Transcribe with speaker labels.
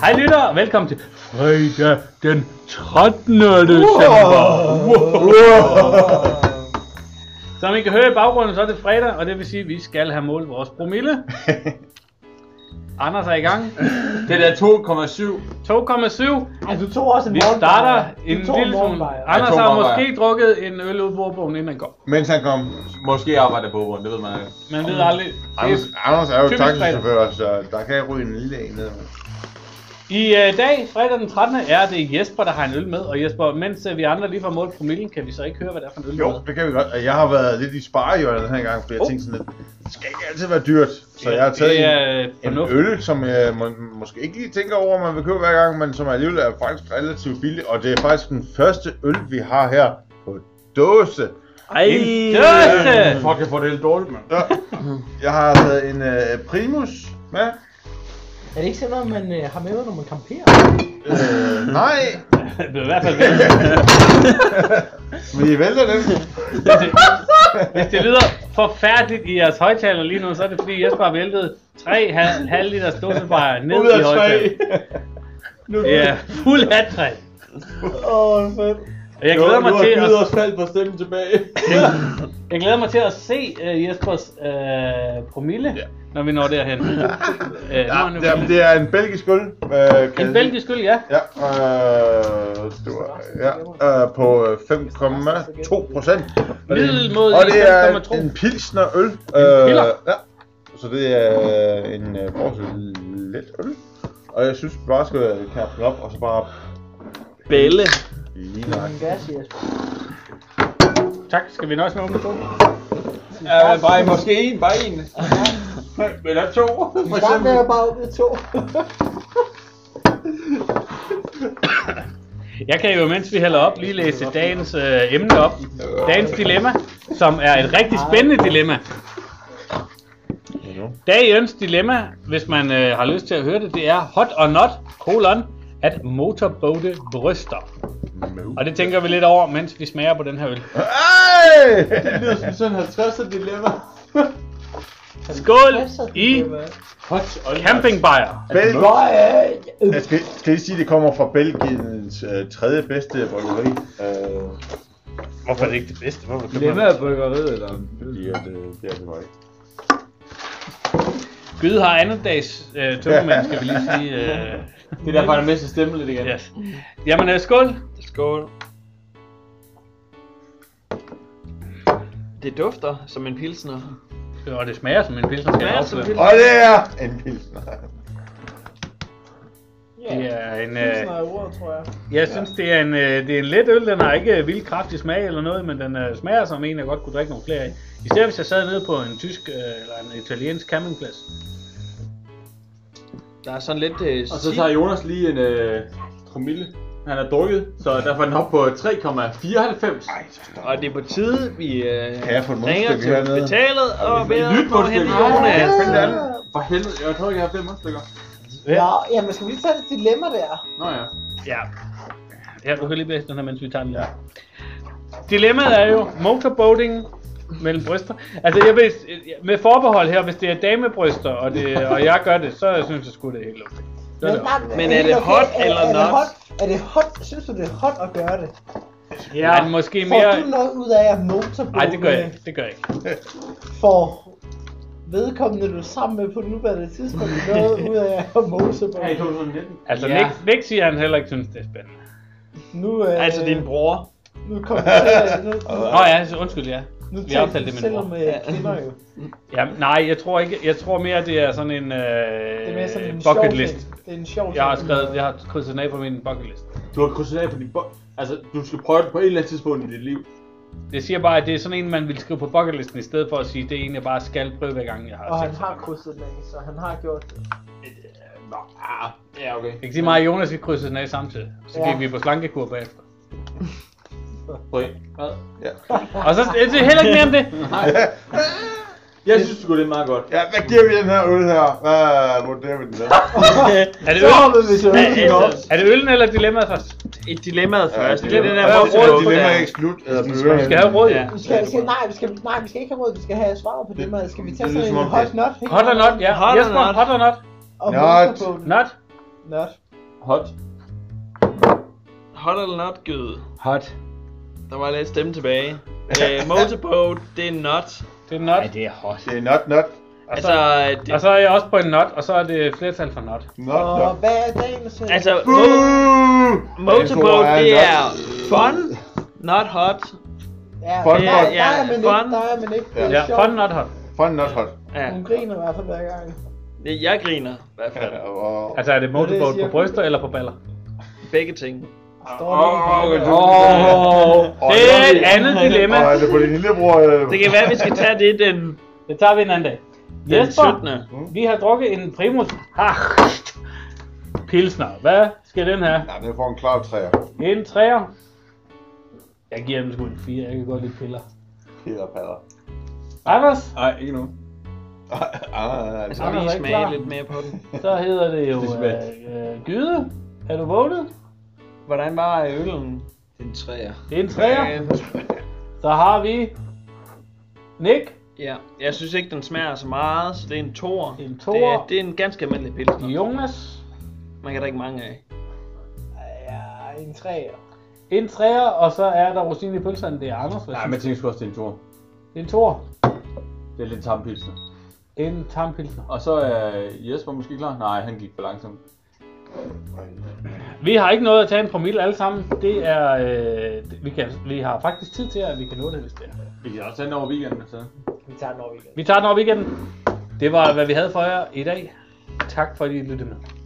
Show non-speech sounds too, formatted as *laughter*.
Speaker 1: Hej lytter, og velkommen til fredag den 13. december. Som I kan høre i baggrunden, så er det fredag, og det vil sige, at vi skal have målt vores
Speaker 2: *laughs*
Speaker 1: promille. Anders er i gang.
Speaker 3: Det der 2,7.
Speaker 1: 2,7.
Speaker 2: Altså, du tog også en
Speaker 1: Vi
Speaker 2: morgenbajer.
Speaker 1: starter en
Speaker 2: du tog
Speaker 1: lille smule.
Speaker 2: morgenbajer.
Speaker 3: Ej,
Speaker 1: Anders
Speaker 3: to
Speaker 1: har
Speaker 3: morgenbajer.
Speaker 1: måske drukket en øl ud af bordbogen, inden han går.
Speaker 4: Mens han kom.
Speaker 3: Måske arbejder på det ved man ikke.
Speaker 1: Man ved aldrig.
Speaker 4: Anders,
Speaker 1: Det-
Speaker 4: Anders er jo
Speaker 1: typisk
Speaker 4: taxichauffør, så der kan jeg ryge en lille en ned.
Speaker 1: I øh, dag, fredag den 13. er det Jesper, der har en øl med. Og Jesper, mens øh, vi andre lige får målt promillen, kan vi så ikke høre, hvad det er for en øl, du har
Speaker 4: Jo, det kan vi godt. Og Jeg har været lidt i sparehjørnet den her gang, for jeg
Speaker 1: Oh.
Speaker 4: tænkte sådan lidt, det skal ikke altid være dyrt. Så jeg har
Speaker 1: det
Speaker 4: taget en,
Speaker 1: er øh,
Speaker 4: en
Speaker 1: fornuft.
Speaker 4: øl, som jeg må, måske ikke lige tænker over, man vil købe hver gang, men som alligevel er faktisk relativt billig. Og det er faktisk den første øl, vi har her på dåse.
Speaker 1: Ej,
Speaker 4: En
Speaker 1: døse!
Speaker 3: Fuck, jeg får det helt dårligt, mand.
Speaker 4: Så, jeg har taget en øh, primus med.
Speaker 2: Er det ikke sådan noget, man øh, har med, når man camperer?
Speaker 4: Øh, nej,
Speaker 1: *laughs* Det er i hvert fald hvis
Speaker 4: men I vælter den.
Speaker 1: det, hvis det lyder forfærdeligt i jeres højtaler lige nu, så er det fordi Jesper har væltet 3 halv, halv liter dåsebajer ned
Speaker 4: Ud af
Speaker 1: i højtalerne.
Speaker 4: tre.
Speaker 2: Nu,
Speaker 1: Ja, fuld hat træ.
Speaker 2: Åh, fedt.
Speaker 1: Og jeg glæder, mig til at,
Speaker 3: fald på stemmen tilbage.
Speaker 1: jeg glæder mig til at se uh, Jespers uh, promille,
Speaker 4: Ja.
Speaker 1: når vi når
Speaker 4: *laughs*
Speaker 1: derhen. Uh,
Speaker 4: Ja, jamen, det er en belgisk øl. Øh, kan-
Speaker 1: En belgisk øl, ja.
Speaker 4: Ja, øh, det var, ja, øh, på øh, 5,2 procent. Og det-
Speaker 1: Middelmådig
Speaker 4: Og det er
Speaker 1: 5,2.
Speaker 4: en pilsner øl. Øh,
Speaker 1: piller.
Speaker 4: ja. Så det er en øh, forholdsvis let øl. Og jeg synes vi bare skal kappe den op, og så bare
Speaker 5: Bælle.
Speaker 4: lige nok.
Speaker 2: En gas, Jesper.
Speaker 1: Tak, skal vi nøjes med at åbne to?
Speaker 3: Ja, men bare måske en, bare en. Eller to, for
Speaker 2: Start med
Speaker 3: eksempel.
Speaker 2: at bare åbne to.
Speaker 1: Jeg kan jo, mens vi hælder op, lige læse dagens øh, emne op. Dagens dilemma, som er et rigtig spændende dilemma. Dagens dilemma, hvis man øh, har lyst til at høre det, det er hot or not, kolon, at motorbåde bryster. Og det tænker vi lidt over, mens vi smager på den her øl.
Speaker 4: Ej!
Speaker 3: sådan 50 dilemma.
Speaker 1: Skål i campingbajer.
Speaker 4: Bel-
Speaker 2: Nøj, øh,
Speaker 4: jeg skal, skal lige sige, at det kommer fra Belgiens øh, tredje bedste bryggeri. Øh,
Speaker 1: Hvorfor er det ikke det bedste? Hvorfor kan
Speaker 5: Dilemma
Speaker 1: man...
Speaker 5: er bryggeriet, eller?
Speaker 4: fordi at, øh, det er det var ikke.
Speaker 1: Gyde har andet dags øh, tømmermand, skal vi lige sige. Øh,
Speaker 3: Det er derfor, han er med til at stemme lidt igen.
Speaker 1: yes. Jamen, øh, skål.
Speaker 5: Skål. Det dufter som en pilsner.
Speaker 1: Og det smager som en pilsner. skal jeg
Speaker 5: Smager som
Speaker 1: afsløre.
Speaker 5: en pilsner.
Speaker 4: Og det er en pilsner.
Speaker 1: Det er en, øh,
Speaker 2: er ord, tror jeg.
Speaker 1: jeg synes, det er, en, øh, det er en let øl. Den har ikke øh, vildt kraftig smag eller noget, men den øh, smager som en, jeg godt kunne drikke nogle flere af. Især hvis jeg sad nede på en tysk øh, eller en italiensk campingplads.
Speaker 5: Der er sådan lidt øh,
Speaker 3: Og så tager Jonas lige en øh, promille. Han er drukket, så derfor er den op på 3,94.
Speaker 5: og det er på tide, vi øh,
Speaker 4: Kan jeg få et
Speaker 5: ringer
Speaker 4: mundstykke
Speaker 5: til
Speaker 4: hernede?
Speaker 5: betalet og beder
Speaker 3: Nyt
Speaker 5: om at hente
Speaker 3: mundstykke.
Speaker 5: Jonas.
Speaker 4: Find det andet.
Speaker 3: For helvede, jeg tror ikke, jeg har fem mundstykker.
Speaker 2: Nå, jamen skal vi lige tage det dilemma der?
Speaker 3: Nå ja.
Speaker 1: Ja. Ja, du kan lige blæse den her, mens vi tager den ja. Dilemmaet er jo motorboating mellem bryster. Altså, jeg vil, med forbehold her, hvis det er damebryster, og, det, og jeg gør det, så synes jeg sgu, det er helt okay. Så er det okay.
Speaker 5: Men er det hot eller
Speaker 2: er, er det
Speaker 5: not?
Speaker 2: hot? Er det hot? Synes du, det er hot at gøre det?
Speaker 1: Ja. Men måske
Speaker 2: Får
Speaker 1: mere...
Speaker 2: du noget ud af at motorbåde?
Speaker 1: Nej, det gør jeg ikke. Det gør jeg ikke.
Speaker 2: Får vedkommende, du er sammen med på nuværende tidspunkt, noget ud af at
Speaker 3: Her i
Speaker 2: motorbåde?
Speaker 3: 2019.
Speaker 1: Altså,
Speaker 5: Ja.
Speaker 1: ja. Nick, Nick siger, han heller ikke synes, det er spændende.
Speaker 2: Nu, øh,
Speaker 5: Altså din bror.
Speaker 2: Nu kommer vi til...
Speaker 1: *laughs*
Speaker 2: Nu, nu,
Speaker 1: Nå ja, altså, undskyld, ja.
Speaker 2: nu
Speaker 1: Vi aftalte det med min
Speaker 2: selvom,
Speaker 1: mor.
Speaker 2: øh, kvinder jo.
Speaker 1: Ja, nej, jeg tror ikke. Jeg tror mere, det er sådan en øh,
Speaker 2: Det er mere sådan en sjov
Speaker 1: bucket
Speaker 2: ting.
Speaker 1: list.
Speaker 2: Det er en sjov
Speaker 1: Jeg har
Speaker 2: ting.
Speaker 1: skrevet, jeg har krydset den af på min bucket list.
Speaker 3: Du har krydset af på din bog. Altså, du skal prøve det på et eller andet tidspunkt i dit liv.
Speaker 1: Det siger bare, at det er sådan en, man vil skrive på bucket listen, i stedet for at sige, det er en, jeg bare skal prøve hver gang, jeg har
Speaker 2: Og han
Speaker 1: sex.
Speaker 2: har krydset den af, så han har gjort det.
Speaker 3: Nå, ah, ja, okay.
Speaker 1: Jeg kan sige mig og Jonas, vi krydsede den af samtidig. Så
Speaker 2: Ja.
Speaker 1: gik vi på slankekur bagefter.
Speaker 3: Hvad?
Speaker 1: Og så det er heller ikke mere om *laughs* det.
Speaker 3: Jeg synes, du går det meget godt.
Speaker 4: Ja, hvad giver vi den her øl her? Hvad vurderer vi den der?
Speaker 1: Er det,
Speaker 2: Så har
Speaker 1: øl,
Speaker 2: vi, hvis jeg ønsker
Speaker 5: altså,
Speaker 2: noget.
Speaker 1: er det øllen eller dilemmaet først?
Speaker 5: Et dilemmaet først.
Speaker 4: det
Speaker 5: Det er den der,
Speaker 1: Ja,
Speaker 5: hvor
Speaker 1: det er
Speaker 5: du
Speaker 1: et
Speaker 4: dilemma
Speaker 5: lugter.
Speaker 4: ikke slut. Eller
Speaker 1: Vi skal have råd. Ja.
Speaker 2: Vi skal, vi skal, nej, vi skal, nej, vi skal ikke have råd, vi skal have svaret på det, med. Skal vi tage
Speaker 4: Det lyder
Speaker 2: sådan en
Speaker 4: som om,
Speaker 2: hot
Speaker 4: det-
Speaker 2: not?
Speaker 1: Hot or not, ja.
Speaker 5: Hot or
Speaker 1: Jesper,
Speaker 5: not.
Speaker 1: hot or not?
Speaker 2: Og
Speaker 4: Not.
Speaker 2: motorbåden.
Speaker 1: Not?
Speaker 2: Not.
Speaker 3: Hot.
Speaker 5: Hot eller not good.
Speaker 3: Hot.
Speaker 5: Der var lidt stemme tilbage.
Speaker 1: *laughs*
Speaker 5: Øh, motorboat, det er not.
Speaker 1: Det er not.
Speaker 3: Ja, det er hot.
Speaker 4: Det er not, not,
Speaker 5: Altså,
Speaker 1: Og
Speaker 5: det,
Speaker 1: så er jeg også på en not, og så er det flertal for not.
Speaker 4: not,
Speaker 2: Og
Speaker 4: not.
Speaker 2: hvad er dagens... øh,
Speaker 5: altså mo-
Speaker 4: Boo!
Speaker 5: motorboat,
Speaker 4: Jeg tror,
Speaker 5: det
Speaker 4: jeg
Speaker 5: er
Speaker 4: er
Speaker 5: fun, not hot.
Speaker 2: Ja, der,
Speaker 4: Fun, fun.
Speaker 2: der er man
Speaker 5: Ja,
Speaker 2: ikke,
Speaker 5: fun.
Speaker 2: der er man ikke. Det er
Speaker 1: Ja,
Speaker 2: sjovt.
Speaker 1: for not hot.
Speaker 4: Fun, not hot.
Speaker 5: Ja,
Speaker 2: Hun griner i hvert fald hver gang.
Speaker 5: det- jeg griner i hvert fald.
Speaker 4: Og-
Speaker 1: Altså er det motorboat på
Speaker 2: siger-
Speaker 1: bryster eller på baller?
Speaker 5: Begge ting.
Speaker 2: Står
Speaker 3: Åh,
Speaker 2: lige
Speaker 3: åh,
Speaker 2: på-
Speaker 4: og-
Speaker 1: Det er et andet dilemma.
Speaker 4: Og er det på din lillebror? øh,
Speaker 5: Det kan være,
Speaker 4: *laughs*
Speaker 5: vi skal tage det den,
Speaker 1: Det tager vi en anden dag.
Speaker 5: den
Speaker 1: Jesper,
Speaker 5: 17.
Speaker 1: vi har drukket en primus. Ach, pilsner. Hvad skal den have?
Speaker 4: Nej, den får en klar træer.
Speaker 1: En træer. Jeg giver dem sgu en fire. Jeg kan godt lide piller.
Speaker 4: Peter Padder. *laughs*
Speaker 1: Anders,
Speaker 3: Nej, ikke nu.
Speaker 4: Ah,
Speaker 5: Jeg
Speaker 4: altså.
Speaker 5: skal
Speaker 1: Anders
Speaker 5: lige
Speaker 1: er ikke klar.
Speaker 5: smage lidt mere på den.
Speaker 1: så hedder det jo
Speaker 3: Det er svært.
Speaker 1: øh, øh, Gyde. Er du vågnet?
Speaker 5: Hvordan var øllen? Den træer. Øh,
Speaker 1: Det er en træer.
Speaker 4: *laughs*
Speaker 1: Så har vi Nick.
Speaker 5: Ja, jeg synes ikke, den smager så meget, så det er en tor.
Speaker 1: En
Speaker 5: Det
Speaker 1: toer.
Speaker 5: er, det er en ganske almindelig pilsner.
Speaker 1: Jonas.
Speaker 5: Man kan drikke mange af.
Speaker 2: Ja, en træer.
Speaker 1: En træer, og så er der rosin i pølserne. Det er Anders.
Speaker 3: Nej,
Speaker 1: Nej,
Speaker 3: men jeg tænkte sgu også, det er en tor.
Speaker 1: Det er en tor.
Speaker 3: Det er lidt samme pilsner.
Speaker 1: En tampilsner.
Speaker 3: Og så er øh, Jesper måske klar? Nej, han gik for langsomt.
Speaker 1: Vi har ikke noget at tage en promille alle sammen. Det er, øh, det- vi, kan, vi har faktisk tid til, at vi kan nå det, hvis det er.
Speaker 3: Vi kan også tage den over weekenden, så.
Speaker 2: Vi tager den over igen.
Speaker 1: Vi tager den op igen. Det var, hvad vi havde for jer i dag. Tak fordi I lyttede med.